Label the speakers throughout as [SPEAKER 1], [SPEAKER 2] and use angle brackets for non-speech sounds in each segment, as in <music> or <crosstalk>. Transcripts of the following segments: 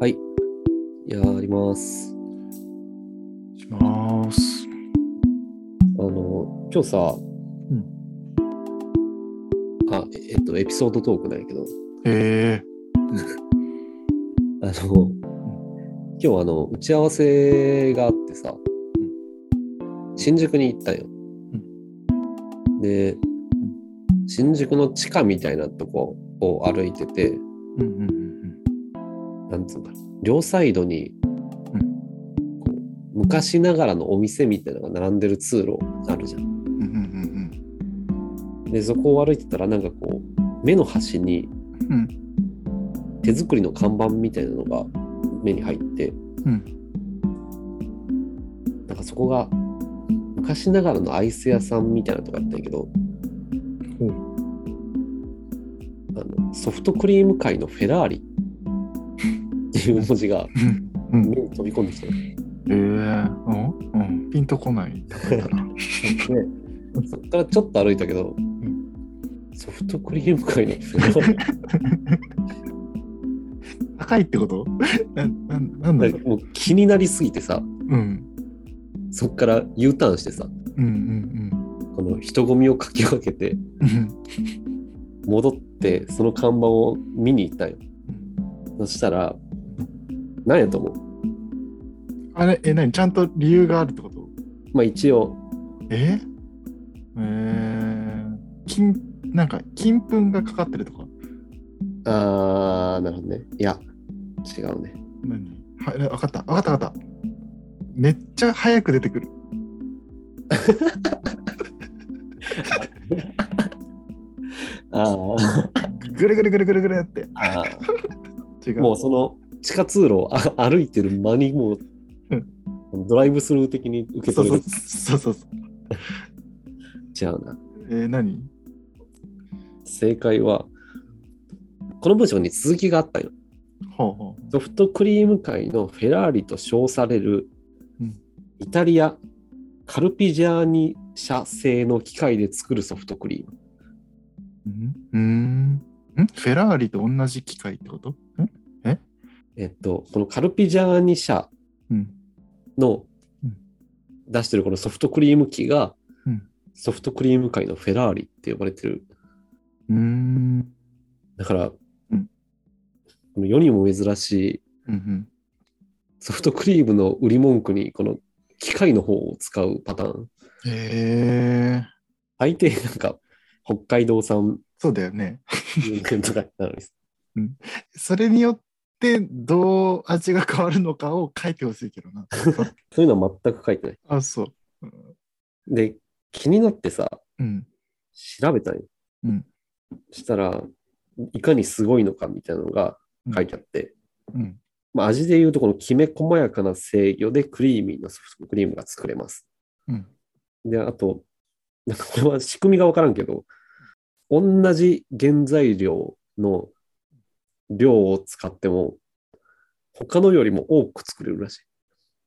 [SPEAKER 1] はい。やります。
[SPEAKER 2] します。
[SPEAKER 1] あの、今日さ、
[SPEAKER 2] ん
[SPEAKER 1] あ、ええっと、エピソードトークなんやけど、
[SPEAKER 2] ええ
[SPEAKER 1] あの、今日あの、打ち合わせがあってさ、新宿に行ったんよ。で、新宿の地下みたいなとこを歩いてて、
[SPEAKER 2] うんうんうん
[SPEAKER 1] なんつうんだろう、両サイドに、
[SPEAKER 2] う
[SPEAKER 1] こう昔ながらのお店みたいなのが並んでる通路あるじゃん。
[SPEAKER 2] うんうんうん
[SPEAKER 1] でそこを歩いてたらなんかこう目の端に
[SPEAKER 2] うん
[SPEAKER 1] 手作りの看板みたいなのが目に入って、
[SPEAKER 2] うん
[SPEAKER 1] なんかそこが昔ながらのアイス屋さんみたいなとこやったんやけど
[SPEAKER 2] ほう
[SPEAKER 1] あのソフトクリーム界のフェラーリっていう文字が
[SPEAKER 2] うんうん
[SPEAKER 1] 目に飛び込んできたの
[SPEAKER 2] ええうんうんピンとこない例えだな
[SPEAKER 1] でそっからちょっと歩いたけど、ソフトクリーム界のフェラーリ
[SPEAKER 2] 高いってことななんなんだろう
[SPEAKER 1] もう気になりすぎてさ
[SPEAKER 2] うん
[SPEAKER 1] そっから U ターンしてさ
[SPEAKER 2] うんうん
[SPEAKER 1] この人混みをかき分けて
[SPEAKER 2] うんうん
[SPEAKER 1] 戻ってその看板を見に行ったんよそしたら何やと思う
[SPEAKER 2] あれえ何ちゃんと理由があるってこと
[SPEAKER 1] まあ一応
[SPEAKER 2] ええー、金なんか金粉がかかってるとか
[SPEAKER 1] あーなるほどねいや違うね
[SPEAKER 2] 何は分かった分かった分かっためっちゃ早く出てくる
[SPEAKER 1] あー
[SPEAKER 2] ぐるぐるぐるぐるぐるって
[SPEAKER 1] あー
[SPEAKER 2] 違
[SPEAKER 1] <laughs>
[SPEAKER 2] う
[SPEAKER 1] もうその地下通路をあ歩いてる間にもう
[SPEAKER 2] うん
[SPEAKER 1] ドライブスルー的に受け
[SPEAKER 2] そう
[SPEAKER 1] 取れ
[SPEAKER 2] そう
[SPEAKER 1] る
[SPEAKER 2] そうそうそう
[SPEAKER 1] 違うな
[SPEAKER 2] えー、何
[SPEAKER 1] 正解はこの文章に続きがあったんよ
[SPEAKER 2] ほうほう
[SPEAKER 1] ソフトクリーム界のフェラーリと称される
[SPEAKER 2] うん
[SPEAKER 1] イタリアカルピジャーニ社製の機械で作るソフトクリーム。
[SPEAKER 2] うんうーんんフェラーリと同じ機械ってことん
[SPEAKER 1] えっと、このカルピジャーニ社
[SPEAKER 2] うん
[SPEAKER 1] の
[SPEAKER 2] うん
[SPEAKER 1] 出してるこのソフトクリーム機が
[SPEAKER 2] うん
[SPEAKER 1] ソフトクリーム界のフェラーリって呼ばれてる。
[SPEAKER 2] うーん
[SPEAKER 1] だから、
[SPEAKER 2] うん
[SPEAKER 1] この世にも珍しい
[SPEAKER 2] うんうん
[SPEAKER 1] ソフトクリームの売り文句にこの機械の方を使うパターン。
[SPEAKER 2] えー、
[SPEAKER 1] 相手なんか北海道産
[SPEAKER 2] そうだよね <laughs>
[SPEAKER 1] とかなのに
[SPEAKER 2] それによってどう味が変わるのかを書いてほしいけどな <laughs>
[SPEAKER 1] そういうのは全く書いてない。
[SPEAKER 2] あそう
[SPEAKER 1] で、気になってさ、
[SPEAKER 2] うん
[SPEAKER 1] 調べたんよ。
[SPEAKER 2] うん
[SPEAKER 1] したら、いかにすごいのかみたいなのが書いてあって、
[SPEAKER 2] うん
[SPEAKER 1] まあ、味で言うと、このきめ細やかな制御でクリーミーなソフトクリームが作れます。
[SPEAKER 2] うん
[SPEAKER 1] で、あと、なんかこれは仕組みがわからんけど、同じ原材料の量を使っても、他のよりも多く作れるらしい。 <laughs>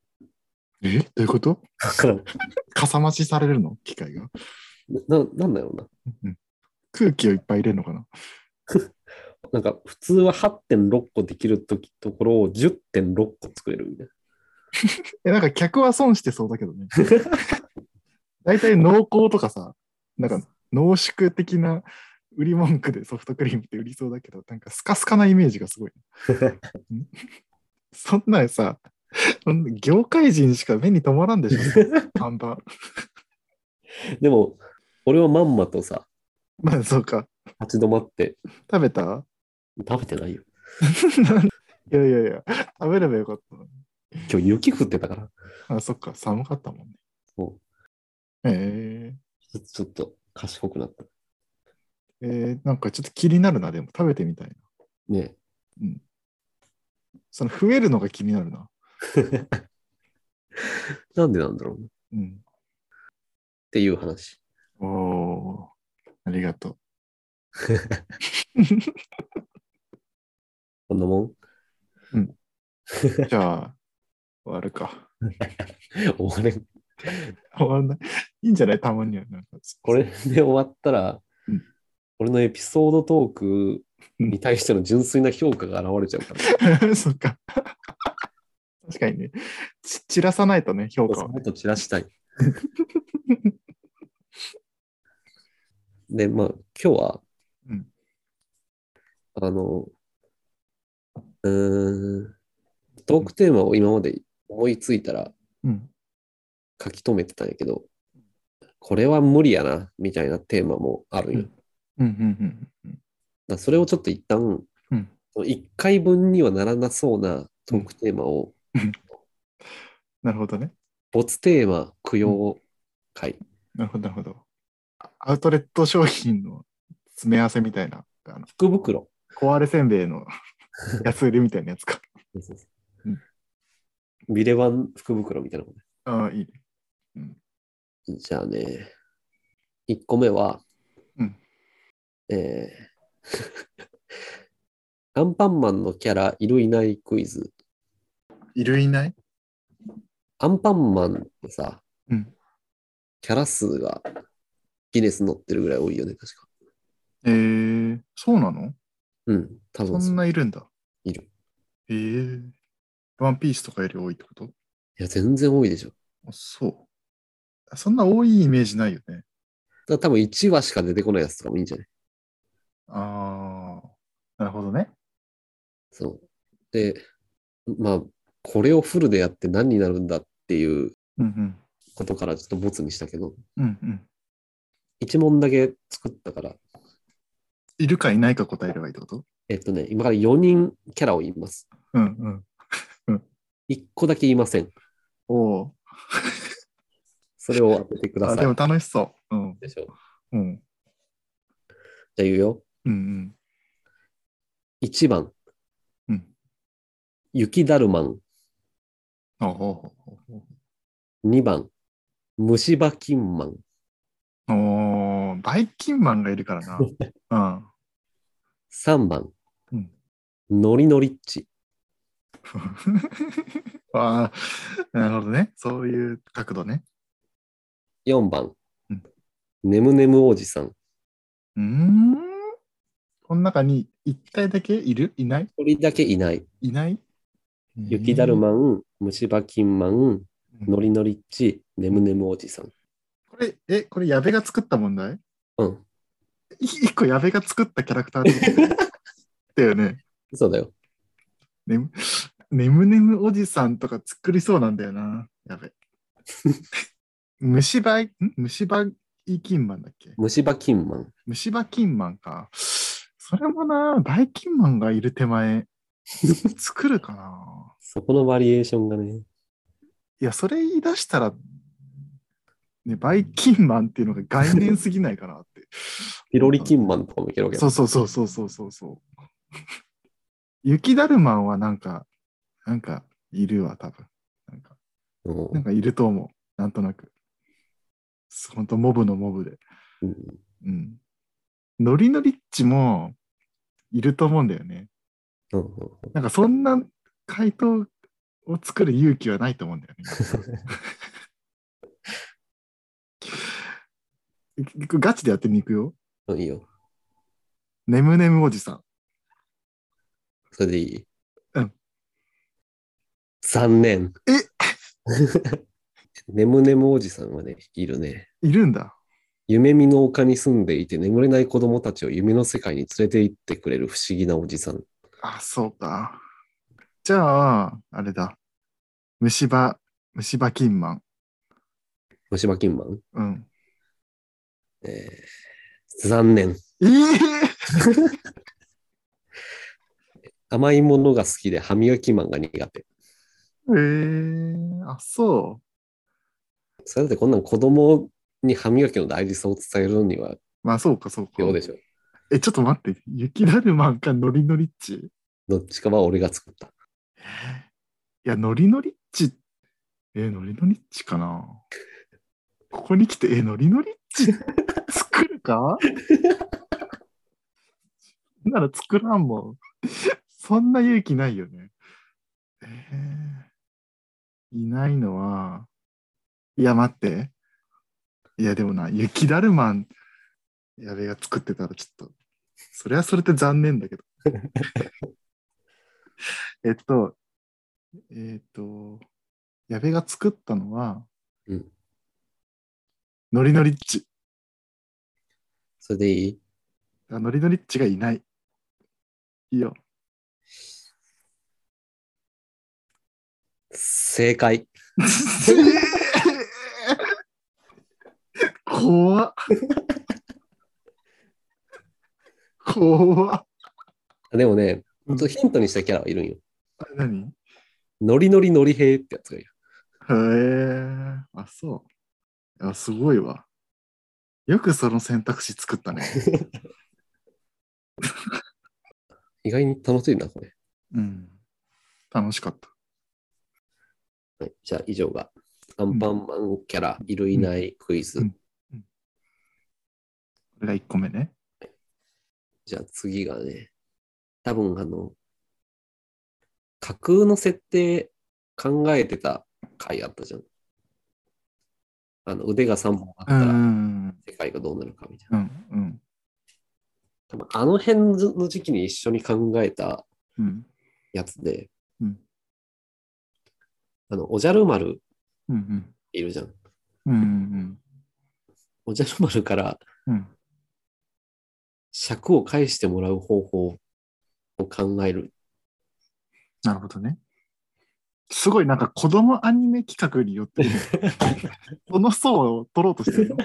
[SPEAKER 2] えどういうこと
[SPEAKER 1] だから、
[SPEAKER 2] かさ増しされるの機械が、
[SPEAKER 1] な、なんだろうな。
[SPEAKER 2] うん、空気をいっぱい入れるのかな
[SPEAKER 1] なんか普通は8.6個できるときところを10.6個作れるみたいな。
[SPEAKER 2] え、なんか客は損してそうだけどね。 <laughs> 大体濃厚とかさ、なんか濃縮的な売り文句でソフトクリームって売りそうだけど、なんかスカスカなイメージがすごい。 <laughs> んそんなんさ、そんな業界人しか目に留まらんでしょ、その看板。 <laughs>
[SPEAKER 1] でも、俺はまんまとさ、
[SPEAKER 2] まあそうか、
[SPEAKER 1] 立ち止まって
[SPEAKER 2] 食べた
[SPEAKER 1] 食べてないよ。
[SPEAKER 2] いやいやいや、食べればよかっ
[SPEAKER 1] 今日雪降ってたから。
[SPEAKER 2] たのに。あ、そっか、寒かったもんね。
[SPEAKER 1] そう
[SPEAKER 2] え
[SPEAKER 1] ちょっとちょっと賢くなった。
[SPEAKER 2] ー、えーなんかちょっと気になるな、でも食べてみたいな。
[SPEAKER 1] ね
[SPEAKER 2] その増えるのが気になるな。
[SPEAKER 1] えなんでなんだろうねっ
[SPEAKER 2] うん。
[SPEAKER 1] ていう話。
[SPEAKER 2] おおー、ありがと
[SPEAKER 1] こんなもん
[SPEAKER 2] う。じゃあ、終わるか。
[SPEAKER 1] 終われん
[SPEAKER 2] 終わんない。いいんじゃないたまには。なんか
[SPEAKER 1] これで終わったら
[SPEAKER 2] うん、
[SPEAKER 1] 俺のエピソードトークに対しての純粋な評価が現れちゃうから。
[SPEAKER 2] <laughs> そっか。確かにね。ち散らさないとね、評価は
[SPEAKER 1] もっと散らしたい。 <laughs> で、まあ、今日は、
[SPEAKER 2] うん
[SPEAKER 1] あの、うーん、トークテーマを今まで思いついたら
[SPEAKER 2] うん。
[SPEAKER 1] 書き留めてたんやけど、これは無理やな、みたいなテーマもあるんよ。
[SPEAKER 2] うんうんうんうん
[SPEAKER 1] だからそれをちょっと一旦、
[SPEAKER 2] うん
[SPEAKER 1] 1回分にはならなそうなトークテーマを、
[SPEAKER 2] なるほどね。
[SPEAKER 1] 没テーマ供養会、
[SPEAKER 2] なるほど、なるほど。あアウトレット商品の詰め合わせみたいな、あの
[SPEAKER 1] 福袋。
[SPEAKER 2] 壊れせんべいの <laughs> 安売りみたいなやつか。うん
[SPEAKER 1] ビレバン福袋みたいなこ
[SPEAKER 2] ああ、いいね。
[SPEAKER 1] と。じゃあね、1個目は、
[SPEAKER 2] うん
[SPEAKER 1] えー <laughs> アンパンマンのキャラいるいないクイズ。
[SPEAKER 2] いるいない
[SPEAKER 1] アンパンマンってさ、
[SPEAKER 2] うん
[SPEAKER 1] キャラ数がギネス載ってるぐらい多いよね、確か。
[SPEAKER 2] えー、そうなの
[SPEAKER 1] うん、多
[SPEAKER 2] そ
[SPEAKER 1] 分そうん
[SPEAKER 2] ないるんだ。
[SPEAKER 1] いる。
[SPEAKER 2] えー、ワンピースとかより多いってこと
[SPEAKER 1] いや、全然多いでしょ。
[SPEAKER 2] あそう。そんな多いイメージないよね。
[SPEAKER 1] だ多分1話しか出てこないやつとかもいいんじゃない
[SPEAKER 2] ああ、なるほどね。
[SPEAKER 1] そう。で、まあ、これをフルでやって何になるんだっていう
[SPEAKER 2] うん
[SPEAKER 1] ことからちょっとボツにしたけど、
[SPEAKER 2] うん。うんうん。
[SPEAKER 1] 1問だけ作ったから、
[SPEAKER 2] いるかいないか答えればいいってこと
[SPEAKER 1] えっとね、今から4人キャラを言います。
[SPEAKER 2] うんうん。
[SPEAKER 1] 1個だけ言いません。
[SPEAKER 2] おお。
[SPEAKER 1] それを当ててくだ
[SPEAKER 2] あ、
[SPEAKER 1] さい。
[SPEAKER 2] でも楽しそう。うん。
[SPEAKER 1] でしょじゃ
[SPEAKER 2] うん。
[SPEAKER 1] あ言うよ。
[SPEAKER 2] うん
[SPEAKER 1] 1番、
[SPEAKER 2] うん。うん。
[SPEAKER 1] 雪だるまん。
[SPEAKER 2] あほうほうほうほ
[SPEAKER 1] 2番、虫歯キンマン。
[SPEAKER 2] う。おお、バイキンマンがいるから
[SPEAKER 1] <laughs>
[SPEAKER 2] な。うん。 <laughs>
[SPEAKER 1] 3番、
[SPEAKER 2] うん
[SPEAKER 1] ノリノリッチ。
[SPEAKER 2] ああ、なるほどね。そういう角度ね。
[SPEAKER 1] 4番
[SPEAKER 2] うん、
[SPEAKER 1] ネムネムおじさん。
[SPEAKER 2] うーん。この中に一体だけいるいない
[SPEAKER 1] 1人だけいない。
[SPEAKER 2] いない
[SPEAKER 1] 雪だるまん、虫歯キンマン、
[SPEAKER 2] うん
[SPEAKER 1] ノリノリッチ、ネムネムおじさん。
[SPEAKER 2] これ、え、これ、矢部が作った問題 <laughs>
[SPEAKER 1] うん。
[SPEAKER 2] い一個矢部が作ったキャラクターで <laughs> だよね。
[SPEAKER 1] そうだよ。
[SPEAKER 2] ねむ、ねむねむおじさんとか作りそうなんだよな。やべ。 <laughs> 虫歯、ん虫歯イキンマンだっけ
[SPEAKER 1] 虫歯キンマン。
[SPEAKER 2] 虫歯キンマンか。それもな、バイキンマンがいる手前、作るかな。
[SPEAKER 1] そこのバリエーションがね。
[SPEAKER 2] いや、それ言い出したら、ね、バイキンマンっていうのが概念すぎないかなって。
[SPEAKER 1] ピロリキンマンとかもいけるわけ
[SPEAKER 2] そうそうそうそうそうそうそう。 <laughs> 雪だるまんはなんか、なんかいるわ、多分。なんか、
[SPEAKER 1] うん
[SPEAKER 2] なんかいると思う。なんとなく。ほんと、モブのモブで。
[SPEAKER 1] うん
[SPEAKER 2] うん。ノリノリッチもいると思うんだよね。
[SPEAKER 1] うん
[SPEAKER 2] なんかそんな回答を作る勇気はないと思うんだよね。 <laughs> ガチでやってみいくよ。
[SPEAKER 1] うんいいよ。
[SPEAKER 2] ねむねむおじさん。
[SPEAKER 1] それでいい
[SPEAKER 2] うん。
[SPEAKER 1] 残念。
[SPEAKER 2] え
[SPEAKER 1] <laughs> ネムネムおじさんはね、いるね。
[SPEAKER 2] いるんだ。
[SPEAKER 1] 夢見の丘に住んでいて眠れない子供たちを夢の世界に連れて行ってくれる不思議なおじさん。
[SPEAKER 2] あ、そうか。じゃあ、あれだ。虫歯、虫歯キンマン。
[SPEAKER 1] 虫歯キンマン。
[SPEAKER 2] うん。
[SPEAKER 1] えー残念。
[SPEAKER 2] ええ
[SPEAKER 1] 甘いものが好きで歯磨きマンが苦手。
[SPEAKER 2] えー、あ、そ
[SPEAKER 1] それだってこんなん子供に歯磨きの大事さを伝えるには
[SPEAKER 2] う。まあ、そうか、そうか。
[SPEAKER 1] どうでしょう。
[SPEAKER 2] え、ちょっと待って。雪だるまんかノリノリッチ。い
[SPEAKER 1] どっちかは俺が作った。
[SPEAKER 2] や、ノリノリッチ。えー、ノリノリッチかな。ここに来て、えー、ノリノリッチ作るかなら作らんもん。そんな勇気ないよね。えー、いないのは、いや、待って。いや、でもな、雪だるまん矢部が作ってたらちょっと、それはそれって残念だけど。えっと、えっと、矢部が作ったのは、
[SPEAKER 1] うん
[SPEAKER 2] ノリノリッチ。
[SPEAKER 1] それでいい
[SPEAKER 2] あノリノリッチがいない。い
[SPEAKER 1] <laughs>
[SPEAKER 2] いよ。
[SPEAKER 1] 正解。
[SPEAKER 2] 怖っ。怖っ。
[SPEAKER 1] でもね、
[SPEAKER 2] う
[SPEAKER 1] ほ
[SPEAKER 2] ん
[SPEAKER 1] んとヒントにしたキャラはいるんよ。
[SPEAKER 2] あ何
[SPEAKER 1] ノリノリノリ兵ってやつがいる。
[SPEAKER 2] へえ。あ、そう。あ、すごいわ。よくその選択肢
[SPEAKER 1] <laughs>
[SPEAKER 2] 作ったね。
[SPEAKER 1] 意外に楽しいな、これ。
[SPEAKER 2] うん。楽しかった。
[SPEAKER 1] はい、じゃあ、以上が、アンパンマンキャラ、いるいないクイズ。
[SPEAKER 2] うんこれが1個目ね。
[SPEAKER 1] じゃあ次がね、多分あの、架空の設定考えてた回あったじゃん。あの、腕が3本あっ
[SPEAKER 2] う
[SPEAKER 1] たら
[SPEAKER 2] ん。
[SPEAKER 1] 世界がどうなるかみたいな。
[SPEAKER 2] うん。うん。
[SPEAKER 1] 多分あの辺の時期に一緒に考えた
[SPEAKER 2] うん。
[SPEAKER 1] やつで、
[SPEAKER 2] うん
[SPEAKER 1] あの、おじゃる丸
[SPEAKER 2] うん。
[SPEAKER 1] いるじゃん。
[SPEAKER 2] うん。うん。
[SPEAKER 1] おじゃる丸から
[SPEAKER 2] うん。
[SPEAKER 1] 尺を返してもらう方法を考える。
[SPEAKER 2] なるほどね。すごいなんか子供アニメ企画によってる、この層を取ろうとしてるよ、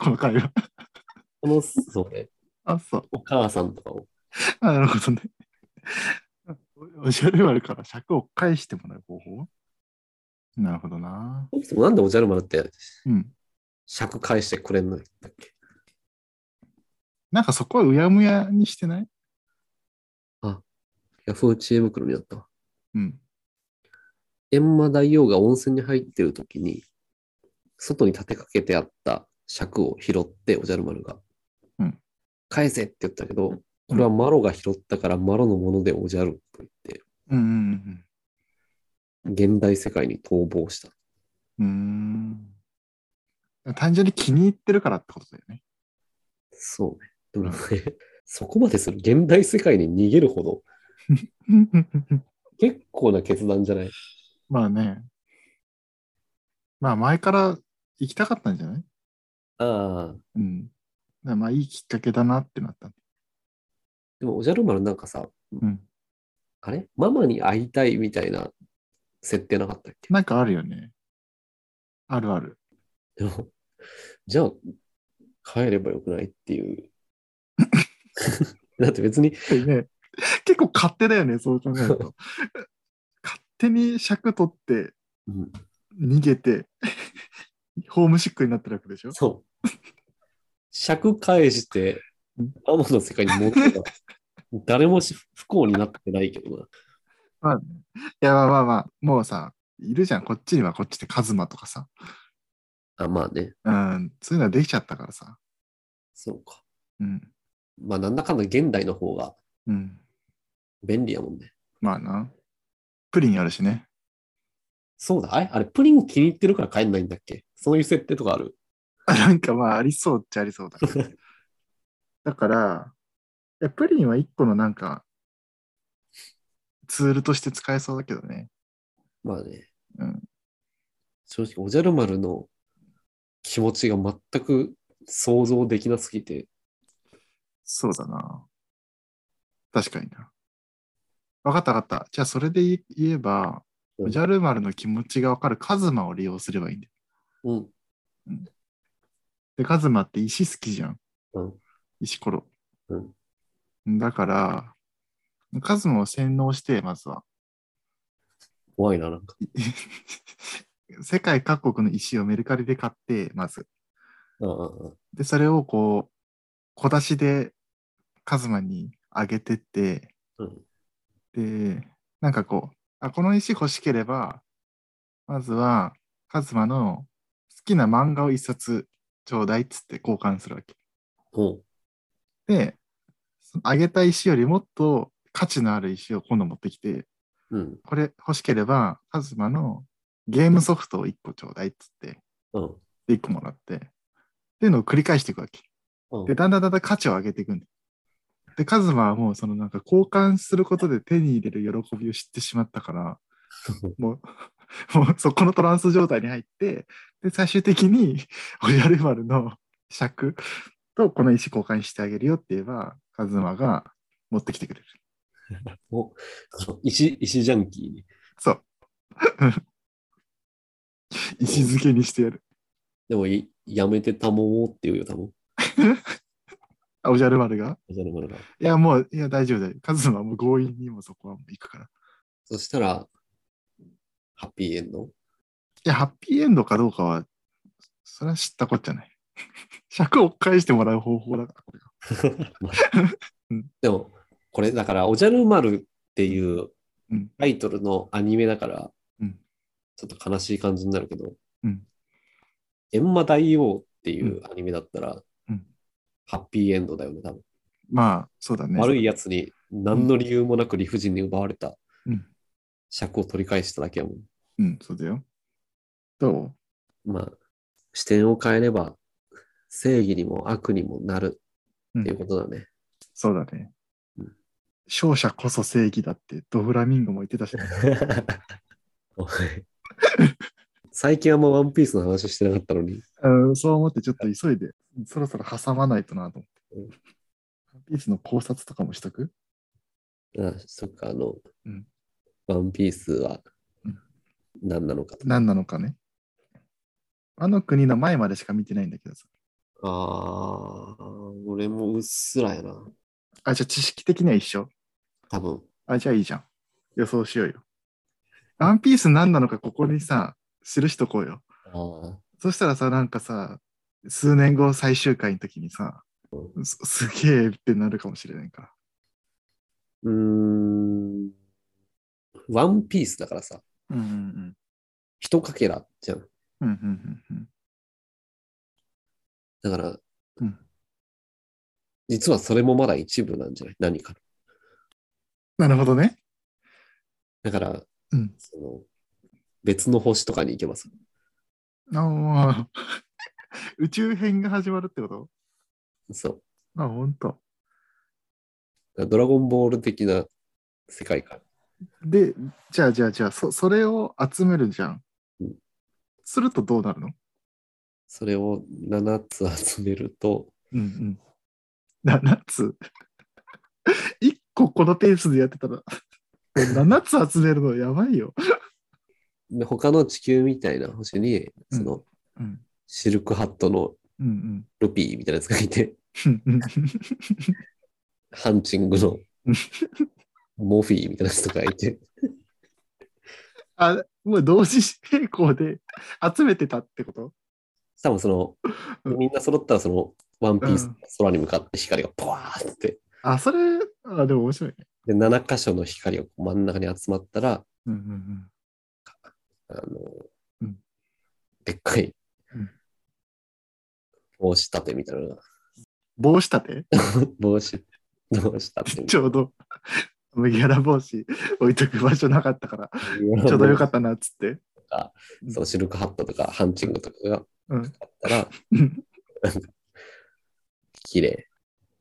[SPEAKER 2] この会話。
[SPEAKER 1] この、そうね、
[SPEAKER 2] あ、そう。
[SPEAKER 1] お母さんとかを
[SPEAKER 2] あなるほどね。おおじゃる丸から尺を返してもらう方法なるほどな。
[SPEAKER 1] でもなんでおじゃる丸って
[SPEAKER 2] うん。
[SPEAKER 1] 尺返してくれんのだっけ
[SPEAKER 2] なんかそこはうやむやにしてない
[SPEAKER 1] ヤフー知恵袋にあったわ。
[SPEAKER 2] うん。
[SPEAKER 1] 閻魔大王が温泉に入ってる時に、外に立てかけてあった尺を拾って、おじゃる丸が。
[SPEAKER 2] うん
[SPEAKER 1] 返せって言ったけど、これはマロが拾ったからマロのものでおじゃると
[SPEAKER 2] うんうん
[SPEAKER 1] 言って、現代世界に逃亡した。
[SPEAKER 2] うんうん。うーん。単純に気に入ってるからってことだよね。
[SPEAKER 1] そうね。でもなんかね、そこまでする現代世界に逃げるほど、結構な決断じゃない
[SPEAKER 2] まあね。まあ前から行きたかったんじゃない
[SPEAKER 1] ああ。
[SPEAKER 2] うん。だからまあいいきっかけだなってなった。
[SPEAKER 1] でもおじゃる丸なんかさ、
[SPEAKER 2] うん。
[SPEAKER 1] あれママに会いたいみたいな設定なかったっけ
[SPEAKER 2] なんかあるよね。あるある。
[SPEAKER 1] でも、じゃあ、帰ればよくないっていう。 <laughs> だって別に、
[SPEAKER 2] ね、結構勝手だよね、そう考えると。勝手に尺取って
[SPEAKER 1] うん
[SPEAKER 2] 逃げて、ホームシックになってるわけでしょ
[SPEAKER 1] そう。尺返して
[SPEAKER 2] うん、
[SPEAKER 1] アマの世界に戻ったら、誰もし不幸になってないけどな。
[SPEAKER 2] いや、まあまあまあ、もうさ、いるじゃん、こっちにはこっちでカズマとかさ、
[SPEAKER 1] あ、まあね。
[SPEAKER 2] うん、そういうのはできちゃったからさ。
[SPEAKER 1] そうか。
[SPEAKER 2] うん、
[SPEAKER 1] まあなんだかんだ現代の方が
[SPEAKER 2] うん、
[SPEAKER 1] 便利やもんね。
[SPEAKER 2] まあな。プリンあるしね。
[SPEAKER 1] そうだ、あれあれプリン気に入ってるから帰んないんだっけそういう設定とかある
[SPEAKER 2] あ <laughs> なんかまあ、ありそうっちゃありそうだ。
[SPEAKER 1] <laughs>
[SPEAKER 2] だから、いやプリンは一個のなんか、ツールとして使えそうだけどね。
[SPEAKER 1] まあね。
[SPEAKER 2] うん
[SPEAKER 1] 正直、おじゃる丸の気持ちが全く想像できなすぎて、
[SPEAKER 2] そうだな。確かにな。わかったわかった。じゃあ、それでい言えば、
[SPEAKER 1] うん
[SPEAKER 2] おじゃる丸の気持ちがわかるカズマを利用すればいいんだよ。
[SPEAKER 1] うん、
[SPEAKER 2] で、カズマって石好きじゃん。
[SPEAKER 1] うん
[SPEAKER 2] 石ころ。
[SPEAKER 1] うん
[SPEAKER 2] だから、カズマを洗脳して、まずは。
[SPEAKER 1] 怖いな、なんか。
[SPEAKER 2] <laughs> 世界各国の石をメルカリで買って、まず。
[SPEAKER 1] うんうんうん
[SPEAKER 2] で、それをこう、小出しでカズマにあげてって、
[SPEAKER 1] うん
[SPEAKER 2] で、なんかこう、あ、この石欲しければ、まずはカズマの好きな漫画を一冊ちょうだいっつって交換するわけ。
[SPEAKER 1] うん。
[SPEAKER 2] で、そのあげた石よりもっと価値のある石を今度持ってきて、
[SPEAKER 1] うん。
[SPEAKER 2] これ欲しければカズマのゲームソフトを1個ちょうだいっつって、
[SPEAKER 1] うん。
[SPEAKER 2] で1個もらって、っていうのを繰り返していくわけ。
[SPEAKER 1] うん
[SPEAKER 2] で、だんだんだんだん価値を上げていくんで。で、カズマはもうそのなんか交換することで手に入れる喜びを知ってしまっ
[SPEAKER 1] <laughs>
[SPEAKER 2] たから、もう、 <laughs> もうそこのトランス状態に入って、で、最終的に、 <laughs> おじゃる丸の尺とこの石交換してあげるよって言えば、カズマが持ってきてくれる。
[SPEAKER 1] おそう石、石ジャンキーに。
[SPEAKER 2] そう。石漬けにしてやる。
[SPEAKER 1] でもい、やめてたもーって言うよ、たも。
[SPEAKER 2] あおじゃる丸が
[SPEAKER 1] おじゃる丸が。
[SPEAKER 2] いや、もう、いや、大丈夫だよ。カズマはもう強引にもうそこはもう行くから。い
[SPEAKER 1] そしたら、ハッピーエンド
[SPEAKER 2] や、ハッピーエンドかどうかは、それは知ったこっちゃない。 <laughs> 尺を返してもらう方法だからこれが。うん
[SPEAKER 1] でも、これだから、おじゃる丸っていう
[SPEAKER 2] うん
[SPEAKER 1] タイトルのアニメだから、
[SPEAKER 2] うん
[SPEAKER 1] ちょっと悲しい感じになるけど、
[SPEAKER 2] うん
[SPEAKER 1] 閻魔大王っていうアニメだったら、
[SPEAKER 2] うん
[SPEAKER 1] ハッピーエンドだよね、多分。
[SPEAKER 2] まあ、そうだね。
[SPEAKER 1] 悪いやつに何の理由もなく理不尽に奪われた
[SPEAKER 2] うん
[SPEAKER 1] 尺を取り返しただけやもん。
[SPEAKER 2] うん、そうだよ。ど
[SPEAKER 1] まあ、視点を変えれば、正義にも悪にもなる
[SPEAKER 2] う、うん
[SPEAKER 1] っていうことだね。
[SPEAKER 2] そうだね
[SPEAKER 1] うん。
[SPEAKER 2] 勝者こそ正義だってドフラミンゴも言ってたし、 <laughs>
[SPEAKER 1] はい <laughs> 最近はもうワンピースの話してなかったのに、
[SPEAKER 2] うん、そう思ってちょっと急いで、そろそろ挟まないとなと思
[SPEAKER 1] うん
[SPEAKER 2] って。ワンピースの考察とかもしとく
[SPEAKER 1] あそっか、あの、
[SPEAKER 2] うん
[SPEAKER 1] ワンピースは
[SPEAKER 2] うん
[SPEAKER 1] 何なのかとか。
[SPEAKER 2] 何なのかね。あの国の前までしか見てないんだけどさ。
[SPEAKER 1] ああ、俺もうっすらやな。
[SPEAKER 2] あ、じゃあ知識的には一緒。
[SPEAKER 1] 多分。
[SPEAKER 2] あ、じゃあいいじゃん。予想しようよ。ワンピース何なのかここにさ、記しとこうよ。
[SPEAKER 1] あ
[SPEAKER 2] そしたらさ、なんかさ、数年後最終回の時にさ、すすげえってなるかもしれないから。
[SPEAKER 1] うーん。ワンピースだからさ、
[SPEAKER 2] うんうん
[SPEAKER 1] 一かけらじゃん。
[SPEAKER 2] うん。うんうんうん
[SPEAKER 1] だから、
[SPEAKER 2] うん
[SPEAKER 1] 実はそれもまだ一部なんじゃない何か
[SPEAKER 2] なるほどね。
[SPEAKER 1] の。だから、
[SPEAKER 2] うん
[SPEAKER 1] その別の星とかに行けます。
[SPEAKER 2] ああ。 <laughs> 宇宙編が始まるってこと
[SPEAKER 1] そう。
[SPEAKER 2] あ、ほんと。
[SPEAKER 1] ドラゴンボール的な世界観。
[SPEAKER 2] で、じゃあじゃあじゃあ、そそれを集めるじゃん
[SPEAKER 1] うん。
[SPEAKER 2] するとどうなるの
[SPEAKER 1] それを7つ集めると、
[SPEAKER 2] うんうん。7つ <laughs> ?1 個このペースでやってたら、7つ集めるのやばいよ。
[SPEAKER 1] で他の地球みたいな星に、
[SPEAKER 2] うん
[SPEAKER 1] その
[SPEAKER 2] うん。
[SPEAKER 1] シルクハットの
[SPEAKER 2] うんうん。
[SPEAKER 1] ルピーみたいなやつがい
[SPEAKER 2] <laughs>
[SPEAKER 1] て、
[SPEAKER 2] うんうん
[SPEAKER 1] ハンチング
[SPEAKER 2] <laughs>
[SPEAKER 1] の
[SPEAKER 2] うん
[SPEAKER 1] モフィーみたいなやつとかいて、
[SPEAKER 2] あ、もう同時並行で集めてたってこと
[SPEAKER 1] 多分その、
[SPEAKER 2] うん
[SPEAKER 1] みんな揃ったらその、ワンピースの空に向かって光がポワーって、
[SPEAKER 2] あ、それ、あ、でも面白いね。
[SPEAKER 1] で、7箇所の光がこう真ん中に集まったら、
[SPEAKER 2] うんうんうん。
[SPEAKER 1] あの、
[SPEAKER 2] うん
[SPEAKER 1] でっかい
[SPEAKER 2] うん、
[SPEAKER 1] 帽子立てみたいなのが、 <laughs>
[SPEAKER 2] 帽子立
[SPEAKER 1] 帽子、帽子立
[SPEAKER 2] <laughs>
[SPEAKER 1] て
[SPEAKER 2] て
[SPEAKER 1] み
[SPEAKER 2] ち
[SPEAKER 1] たい
[SPEAKER 2] ょうど、麦わら帽子置いとく場所なかったから、
[SPEAKER 1] な。
[SPEAKER 2] ちょうどよかったな、っつって。
[SPEAKER 1] そのシルクハットとかハンチングとかが
[SPEAKER 2] うん。
[SPEAKER 1] あったら、
[SPEAKER 2] うん
[SPEAKER 1] 綺麗。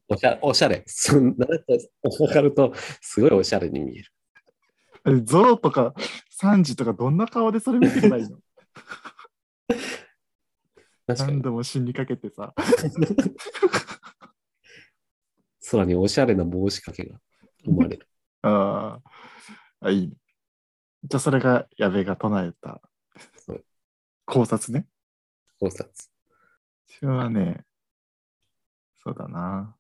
[SPEAKER 1] おしゃおしゃれ。そんな、わかると、すごいおしゃれに見える。
[SPEAKER 2] あれゾロとかサンジとかどんな顔でそれ見てないの
[SPEAKER 1] 確か
[SPEAKER 2] 何
[SPEAKER 1] に、
[SPEAKER 2] 度も死にかけてさ、
[SPEAKER 1] 空におしゃれな帽子掛けが生まれ <laughs> る。
[SPEAKER 2] あーあ、いいね。じゃあ、それが矢部が唱えた
[SPEAKER 1] そう
[SPEAKER 2] 考察ね。
[SPEAKER 1] 考察。
[SPEAKER 2] 私はね、そうだな。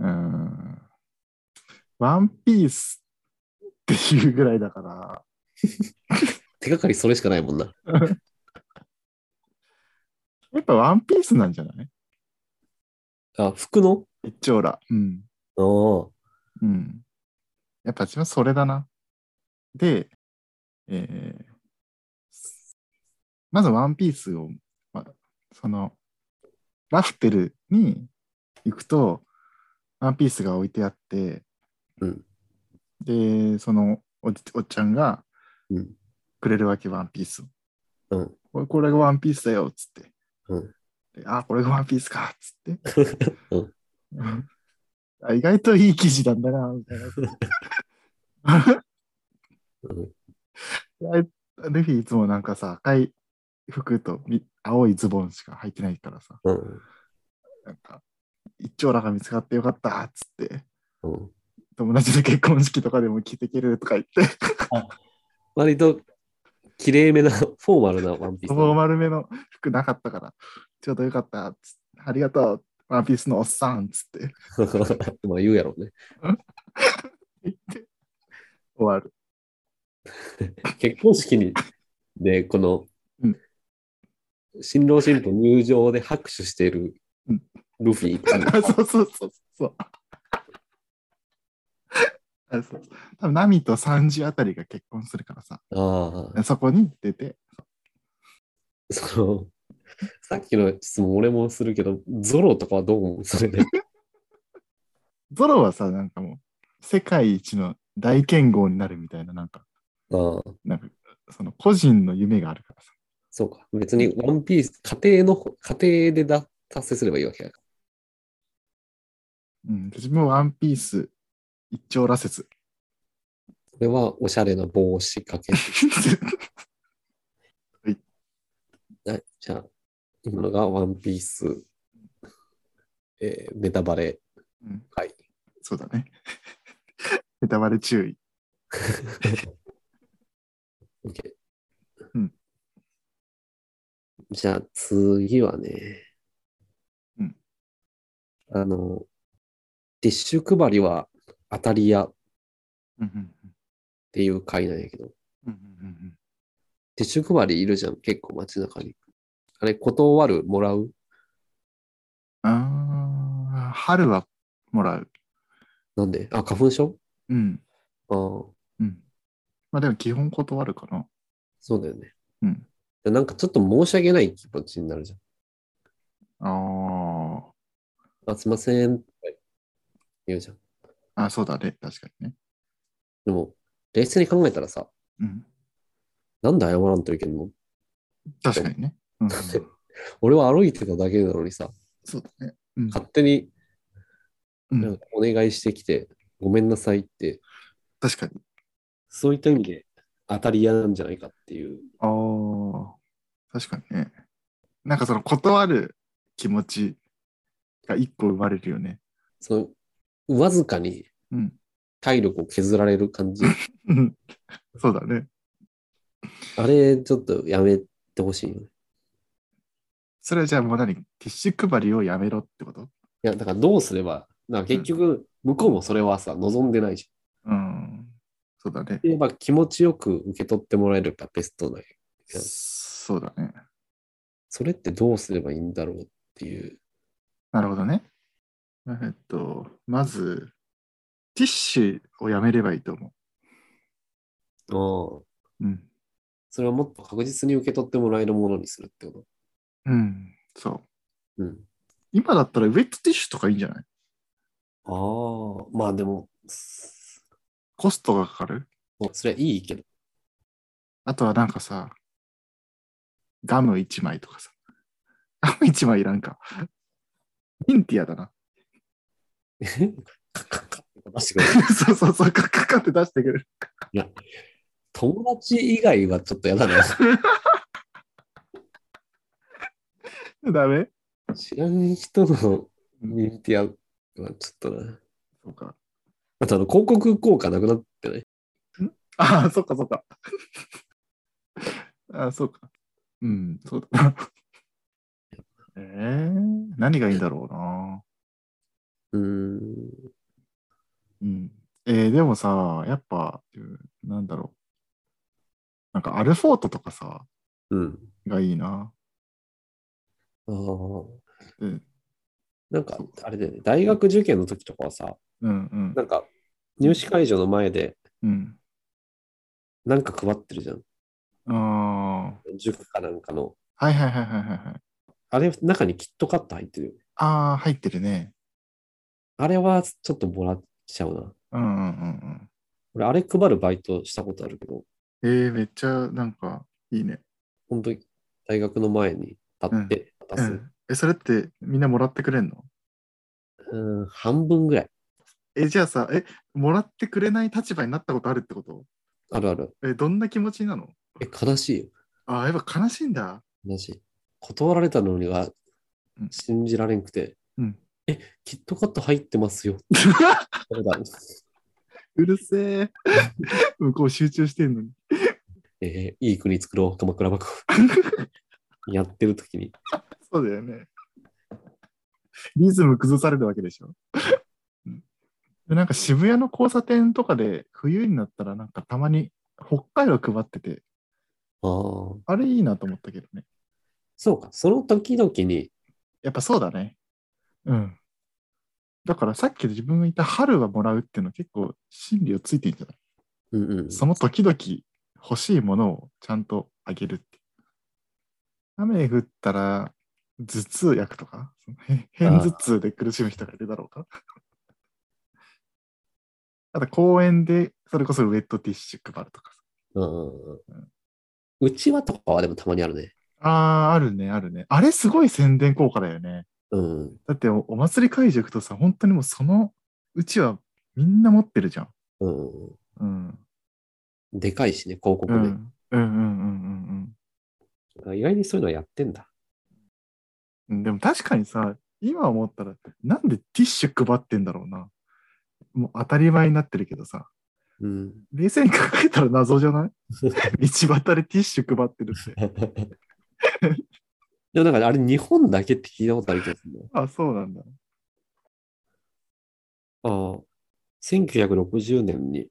[SPEAKER 2] うーん。ワンピースっていうぐらいだから、
[SPEAKER 1] 手がかりそれしかないもんな。
[SPEAKER 2] やっぱワンピースなんじゃない
[SPEAKER 1] あ、服の
[SPEAKER 2] 一丁ら。うん。
[SPEAKER 1] お
[SPEAKER 2] うん。やっぱ自分それだな。で、えーまずワンピースを、まその、ラフテルに行くと、ワンピースが置いてあって、
[SPEAKER 1] うん
[SPEAKER 2] で、そのおじおっちゃんが
[SPEAKER 1] うん。
[SPEAKER 2] くれるわけ、ワンピースを。
[SPEAKER 1] うん。
[SPEAKER 2] これこれがワンピースだよ、っつって。
[SPEAKER 1] うん
[SPEAKER 2] って、あ、これがワンピースか、つって。
[SPEAKER 1] <laughs> う
[SPEAKER 2] <laughs> あ意外といい記事なんだな、みたいな。
[SPEAKER 1] うん
[SPEAKER 2] <laughs> あルフィいつもなんかさ、赤い服とみ青いズボンしか履いてないからさ、
[SPEAKER 1] うん
[SPEAKER 2] なんか、一丁羅が見つかってよかった、っつって、
[SPEAKER 1] うん、
[SPEAKER 2] 友達の結婚式とかでも着ていけるとか言って、
[SPEAKER 1] 割ときれいめなフォーマルなワンピース
[SPEAKER 2] その丸めの服なかったから、ちょうどよかった、っつってありがとう、ワンピースのおっさん、っつって。
[SPEAKER 1] <laughs> まあ言うやろうね
[SPEAKER 2] 言って終わる。
[SPEAKER 1] 結婚式にでこの、
[SPEAKER 2] うん
[SPEAKER 1] 新郎新婦入場で拍手している
[SPEAKER 2] うん
[SPEAKER 1] ルフィ、
[SPEAKER 2] <laughs> あそうそうそうそう。あそうそう多分ナミとサンジあたりが結婚するからさ、
[SPEAKER 1] ああ
[SPEAKER 2] そこに出て、
[SPEAKER 1] そのさっきの質問俺もするけどゾロとかはどう思うそれで
[SPEAKER 2] ゾロはさ、なんかもう、世界一の大剣豪になるみたいな、なんか、
[SPEAKER 1] ああ
[SPEAKER 2] なんか、その個人の夢があるからさ。
[SPEAKER 1] そうか別にワンピース家庭の家庭でだ達成すればいいわけやか
[SPEAKER 2] うん、自分はワンピース一丁羅説。
[SPEAKER 1] らそれはおしゃれな帽子かけはい、 <laughs> じゃあ、今のがワンピース、えーネタバレ
[SPEAKER 2] うん
[SPEAKER 1] はい。
[SPEAKER 2] <laughs> そうだね。ネタバレ注意。
[SPEAKER 1] OK。
[SPEAKER 2] うん
[SPEAKER 1] じゃあ、次はね、
[SPEAKER 2] うん
[SPEAKER 1] あの、ティッシュ配りは当たり屋っ
[SPEAKER 2] うんうん
[SPEAKER 1] ていう回なんやけど、
[SPEAKER 2] うんうんうんうん
[SPEAKER 1] ティッシュ配りいるじゃん、結構街中に。あれ、断る、もらう
[SPEAKER 2] あー春はもらう。
[SPEAKER 1] なんであ、花粉症
[SPEAKER 2] うん。
[SPEAKER 1] ああ。
[SPEAKER 2] うん。まあでも基本断るかな。
[SPEAKER 1] そうだよね。
[SPEAKER 2] うん
[SPEAKER 1] で。なんかちょっと申し訳ない気持ちになるじ
[SPEAKER 2] あ
[SPEAKER 1] ゃん。あ、すいません。言うじゃん。
[SPEAKER 2] あ。あ、そうだね。確かにね。
[SPEAKER 1] でも、冷静に考えたらさ、
[SPEAKER 2] うん。
[SPEAKER 1] なんで謝らんといけんの
[SPEAKER 2] 確かにね。うん、
[SPEAKER 1] って俺は歩いてただけなのにさ、
[SPEAKER 2] そうだね。うん。
[SPEAKER 1] 勝手に
[SPEAKER 2] うん
[SPEAKER 1] なんかお願いしてきて、ごめんなさいって、
[SPEAKER 2] 確かに。
[SPEAKER 1] そういった意味で当たり屋なんじゃないかっていう。
[SPEAKER 2] ああ。確かにね。なんかその断る気持ちが一個生まれるよね。
[SPEAKER 1] その、わずかに
[SPEAKER 2] うん。
[SPEAKER 1] 体力を削られる感
[SPEAKER 2] <laughs>
[SPEAKER 1] じ。
[SPEAKER 2] うん。そうだね。
[SPEAKER 1] あれ、ちょっとやめてほしいよね。
[SPEAKER 2] それはじゃあもう何ティッシュ配りをやめろってこと
[SPEAKER 1] いや、だからどうすれば、なんか結局、向こうもそれはさ、望んでないじゃん。
[SPEAKER 2] うん。そうだね。
[SPEAKER 1] 言えば気持ちよく受け取ってもらえればベストだよ。や
[SPEAKER 2] そうだね。
[SPEAKER 1] それってどうすればいいんだろうっていう。
[SPEAKER 2] なるほどね。えっと、まず、ティッシュをやめればいいと思
[SPEAKER 1] ああ。
[SPEAKER 2] う。うん。
[SPEAKER 1] それはもっと確実に受け取ってもらえるものにするってこ
[SPEAKER 2] うん。そう。
[SPEAKER 1] と。うん。
[SPEAKER 2] 今だったらウェットティッシュとかいいんじゃない
[SPEAKER 1] ああ。まあでも、す
[SPEAKER 2] コストがかかる
[SPEAKER 1] もうそれはいいけど。
[SPEAKER 2] あとはなんかさ、ガム1枚とかさ。 <laughs> ガム1枚いらん <laughs> か。ミンティアだな。 <laughs>
[SPEAKER 1] カッカッカッって出してくれる。
[SPEAKER 2] そうそうそう、カッカッカって出してくれる。
[SPEAKER 1] 友達以外はちょっとやだな。
[SPEAKER 2] ダメ
[SPEAKER 1] 知らん人のミンティアはちょっとな。
[SPEAKER 2] そうか。
[SPEAKER 1] あとあの広告効果なくなってない
[SPEAKER 2] ああ、そっかそっか。ああ、そうか。うん、そうだ <laughs> な。えー、何がいいんだろうな。
[SPEAKER 1] うーん。
[SPEAKER 2] うん。えー、でもさ、やっぱ、うんなんだろう。なんか、アルフォートとかさ、
[SPEAKER 1] うん。
[SPEAKER 2] がいいな。
[SPEAKER 1] ああ。
[SPEAKER 2] うん、
[SPEAKER 1] なんか、あれだよね。大学受験の時とかはさ、
[SPEAKER 2] うん、うん
[SPEAKER 1] なんか、入試会場の前で、
[SPEAKER 2] うん。
[SPEAKER 1] なんか配ってるじゃん。
[SPEAKER 2] あ
[SPEAKER 1] 塾かなんかの。
[SPEAKER 2] あ、はいはいはいはいはいはい。
[SPEAKER 1] あれ、中にキットカット入ってるよね。
[SPEAKER 2] ああ、入ってるね。
[SPEAKER 1] あれはちょっともらっちゃうな。
[SPEAKER 2] うんうんうん
[SPEAKER 1] 俺、あれ配るバイトしたことあるけど、
[SPEAKER 2] うん。えー、めっちゃ、なんか、いいね。
[SPEAKER 1] 本当に大学の前に立って渡
[SPEAKER 2] う
[SPEAKER 1] す。
[SPEAKER 2] ん。え、それってみんなもらってくれんの
[SPEAKER 1] うん、半分ぐらい。
[SPEAKER 2] え、じゃあさ、え、もらってくれない立場になったことあるってこと
[SPEAKER 1] あるある。
[SPEAKER 2] え、どんな気持ちなの
[SPEAKER 1] え、悲しいよ。
[SPEAKER 2] あ、やっぱ悲しいんだ。
[SPEAKER 1] 悲しい。断られたのには
[SPEAKER 2] うん
[SPEAKER 1] 信じられんくて、
[SPEAKER 2] うん
[SPEAKER 1] え、キットカット入ってますよ。そうだ <laughs>
[SPEAKER 2] うるせえ。向こう集中してんのに。
[SPEAKER 1] えーいい国作ろう、鎌倉幕
[SPEAKER 2] <laughs>
[SPEAKER 1] 府。やってる時に。
[SPEAKER 2] そうだよね。リズム崩されるわけでしょ。うんでなんか渋谷の交差点とかで冬になったらなんかたまに北海道配ってて、
[SPEAKER 1] ああ。
[SPEAKER 2] あれいいなと思ったけどね。
[SPEAKER 1] そうか、その時々に、
[SPEAKER 2] やっぱそうだね。うん。だからさっき自分が言った春はもらうっていうのは結構心理をついていいんじゃない
[SPEAKER 1] うんうん。
[SPEAKER 2] その時々欲しいものをちゃんとあげるって。雨降ったら頭痛薬とか、そのへ偏頭痛で苦しむ人がいるだろうか。 <laughs> あと公園でそれこそウェットティッシュ配るとか。
[SPEAKER 1] うんうんうんうちわとかはでもたまにあるね。
[SPEAKER 2] ああ、あるね、あるね。あれすごい宣伝効果だよね。
[SPEAKER 1] うん。
[SPEAKER 2] だっておお祭り会場行くとさ、本当にもうそのうちはみんな持ってるじゃん。
[SPEAKER 1] うんう
[SPEAKER 2] うん。
[SPEAKER 1] ん。でかいしね、広告
[SPEAKER 2] うん。うんう
[SPEAKER 1] ね
[SPEAKER 2] ん。うんうん
[SPEAKER 1] あ意外にそういうのやってんだ。
[SPEAKER 2] うん。でも確かにさ、今思ったら、なんでティッシュ配ってんだろうな。もう当たり前になってるけどさ、
[SPEAKER 1] うん。
[SPEAKER 2] 冷静に考えたら謎じゃない
[SPEAKER 1] <laughs>
[SPEAKER 2] 道端でティッシュ配ってるって。
[SPEAKER 1] でもなんかあれ日本だけって聞いたことあるけどね。
[SPEAKER 2] あ、そうなんだ。
[SPEAKER 1] ああ。1960年に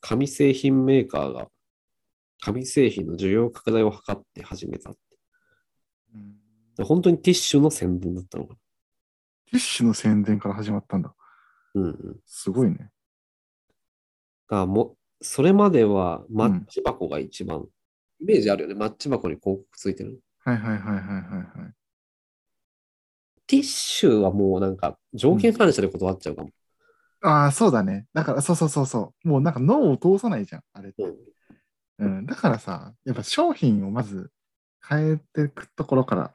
[SPEAKER 1] 紙製品メーカーが紙製品の需要拡大を図って始めたって。
[SPEAKER 2] うん
[SPEAKER 1] 本当にティッシュの宣伝だったのか
[SPEAKER 2] ティッシュの宣伝から始まったんだ。
[SPEAKER 1] な。うんうん。だ
[SPEAKER 2] すごいね。
[SPEAKER 1] からもうそれまではマッチ箱が一番、イメージあるよね。マッチ箱に広告ついてる。
[SPEAKER 2] はいはいはいはいはいはい。
[SPEAKER 1] ティッシュはもうなんか条件反射で断っちゃうかも。
[SPEAKER 2] ああ、そうだね。だから、そうそうそうそう。もうなんか脳を通さないじゃん、あれって。
[SPEAKER 1] うん
[SPEAKER 2] うん、だからさ、やっぱ商品をまず変えていくところから、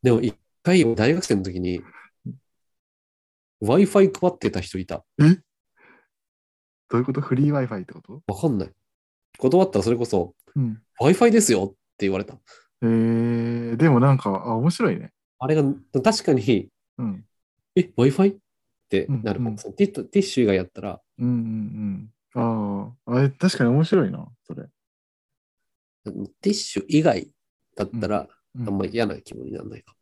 [SPEAKER 1] でも一回大学生の時に Wi-Fi 配ってた人いた。
[SPEAKER 2] どういうことフリー Wi-Fi ってこと
[SPEAKER 1] わかんない。断ったらそれこそ
[SPEAKER 2] うん。
[SPEAKER 1] Wi-Fi ですよって言われた。
[SPEAKER 2] えー、でもなんか、あ、面白いね。
[SPEAKER 1] あれが確かに、
[SPEAKER 2] うん。
[SPEAKER 1] え、Wi-Fi? ってなるか
[SPEAKER 2] うんう
[SPEAKER 1] も。
[SPEAKER 2] ん
[SPEAKER 1] そのティッシュティッシュ以外やったら、
[SPEAKER 2] うんうんうん。ああ、あれ確かに面白いな、それ。
[SPEAKER 1] ティッシュ以外だったら、
[SPEAKER 2] うん
[SPEAKER 1] あんまり嫌な気分にならないか。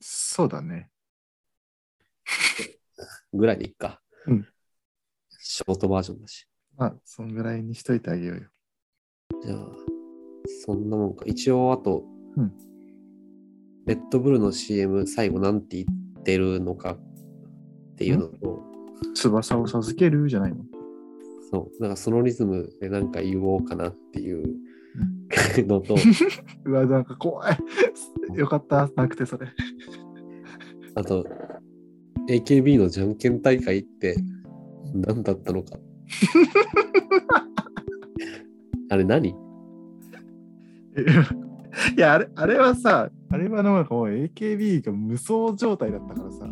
[SPEAKER 2] そうだね。
[SPEAKER 1] ぐらいでいっか。
[SPEAKER 2] うん
[SPEAKER 1] ショートバージョンだし。
[SPEAKER 2] まあ、そんぐらいにしといてあげようよ。
[SPEAKER 1] じゃあ、そんなもんか。一応、あと、
[SPEAKER 2] うん
[SPEAKER 1] レッドブルの CM、最後なんて言ってるのかっていうのと、
[SPEAKER 2] 翼を授けるじゃないの。
[SPEAKER 1] そう、なんかそのリズムでなんか言おうかなっていううのと、
[SPEAKER 2] うわ、なんか怖い。 <laughs> よかった、なくてそれ。 <laughs>
[SPEAKER 1] あと、AKB のじゃんけん大会って何だったの <laughs> か。あれ何
[SPEAKER 2] えいや、あれ、あれはさ、あれはなんかもう AKB が無双状態だったからさ、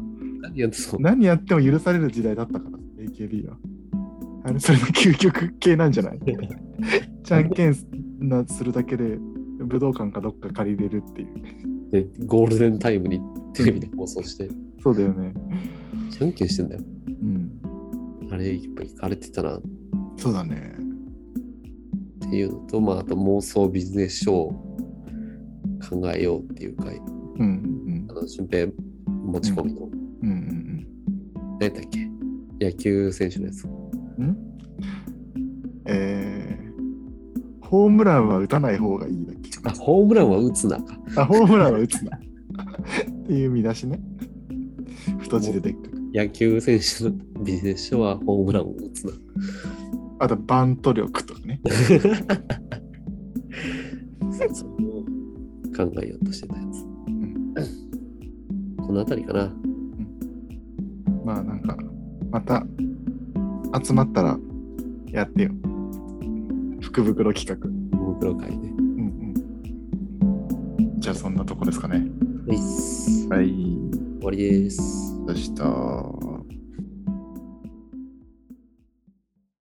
[SPEAKER 1] いや、そう。
[SPEAKER 2] 何やっても許される時代だったから、AKB は。あれ、それの究極系なんじゃないじゃんけんなするだけで、武道館かどっか借りれるっていう。
[SPEAKER 1] で、ゴールデンタイムにテレビで放送して、
[SPEAKER 2] そうだよね。
[SPEAKER 1] じゃんけんしてんだよ。
[SPEAKER 2] うん。
[SPEAKER 1] あれ、やっぱ行かれてたな
[SPEAKER 2] そうだね。
[SPEAKER 1] っていうのと、まあ、あと妄想ビジネス書を考えようっていう回、
[SPEAKER 2] うん
[SPEAKER 1] あの、俊平持ち込みの、
[SPEAKER 2] うん。うんうん
[SPEAKER 1] 何だっけ野球選手のやつ。
[SPEAKER 2] うん。んえー、ホームランは打たない方がいいだっけ
[SPEAKER 1] あ、ホームランは打つなか。
[SPEAKER 2] あ、ホームランは打つ <laughs> な。っていう見出しね。太字ででっかく。
[SPEAKER 1] 野球選手のビジネス書はホームランを打 <laughs> つな。
[SPEAKER 2] あと、バント力とかね。
[SPEAKER 1] それを考えようとしてたやつ。この辺りかな。
[SPEAKER 2] まあ、なんか、また、集まったら、やってよ。福袋企画。
[SPEAKER 1] モグロ会で。
[SPEAKER 2] うんうん。じゃあそんなとこですかね。
[SPEAKER 1] はいっす
[SPEAKER 2] はい。
[SPEAKER 1] 終わりです。
[SPEAKER 2] でした。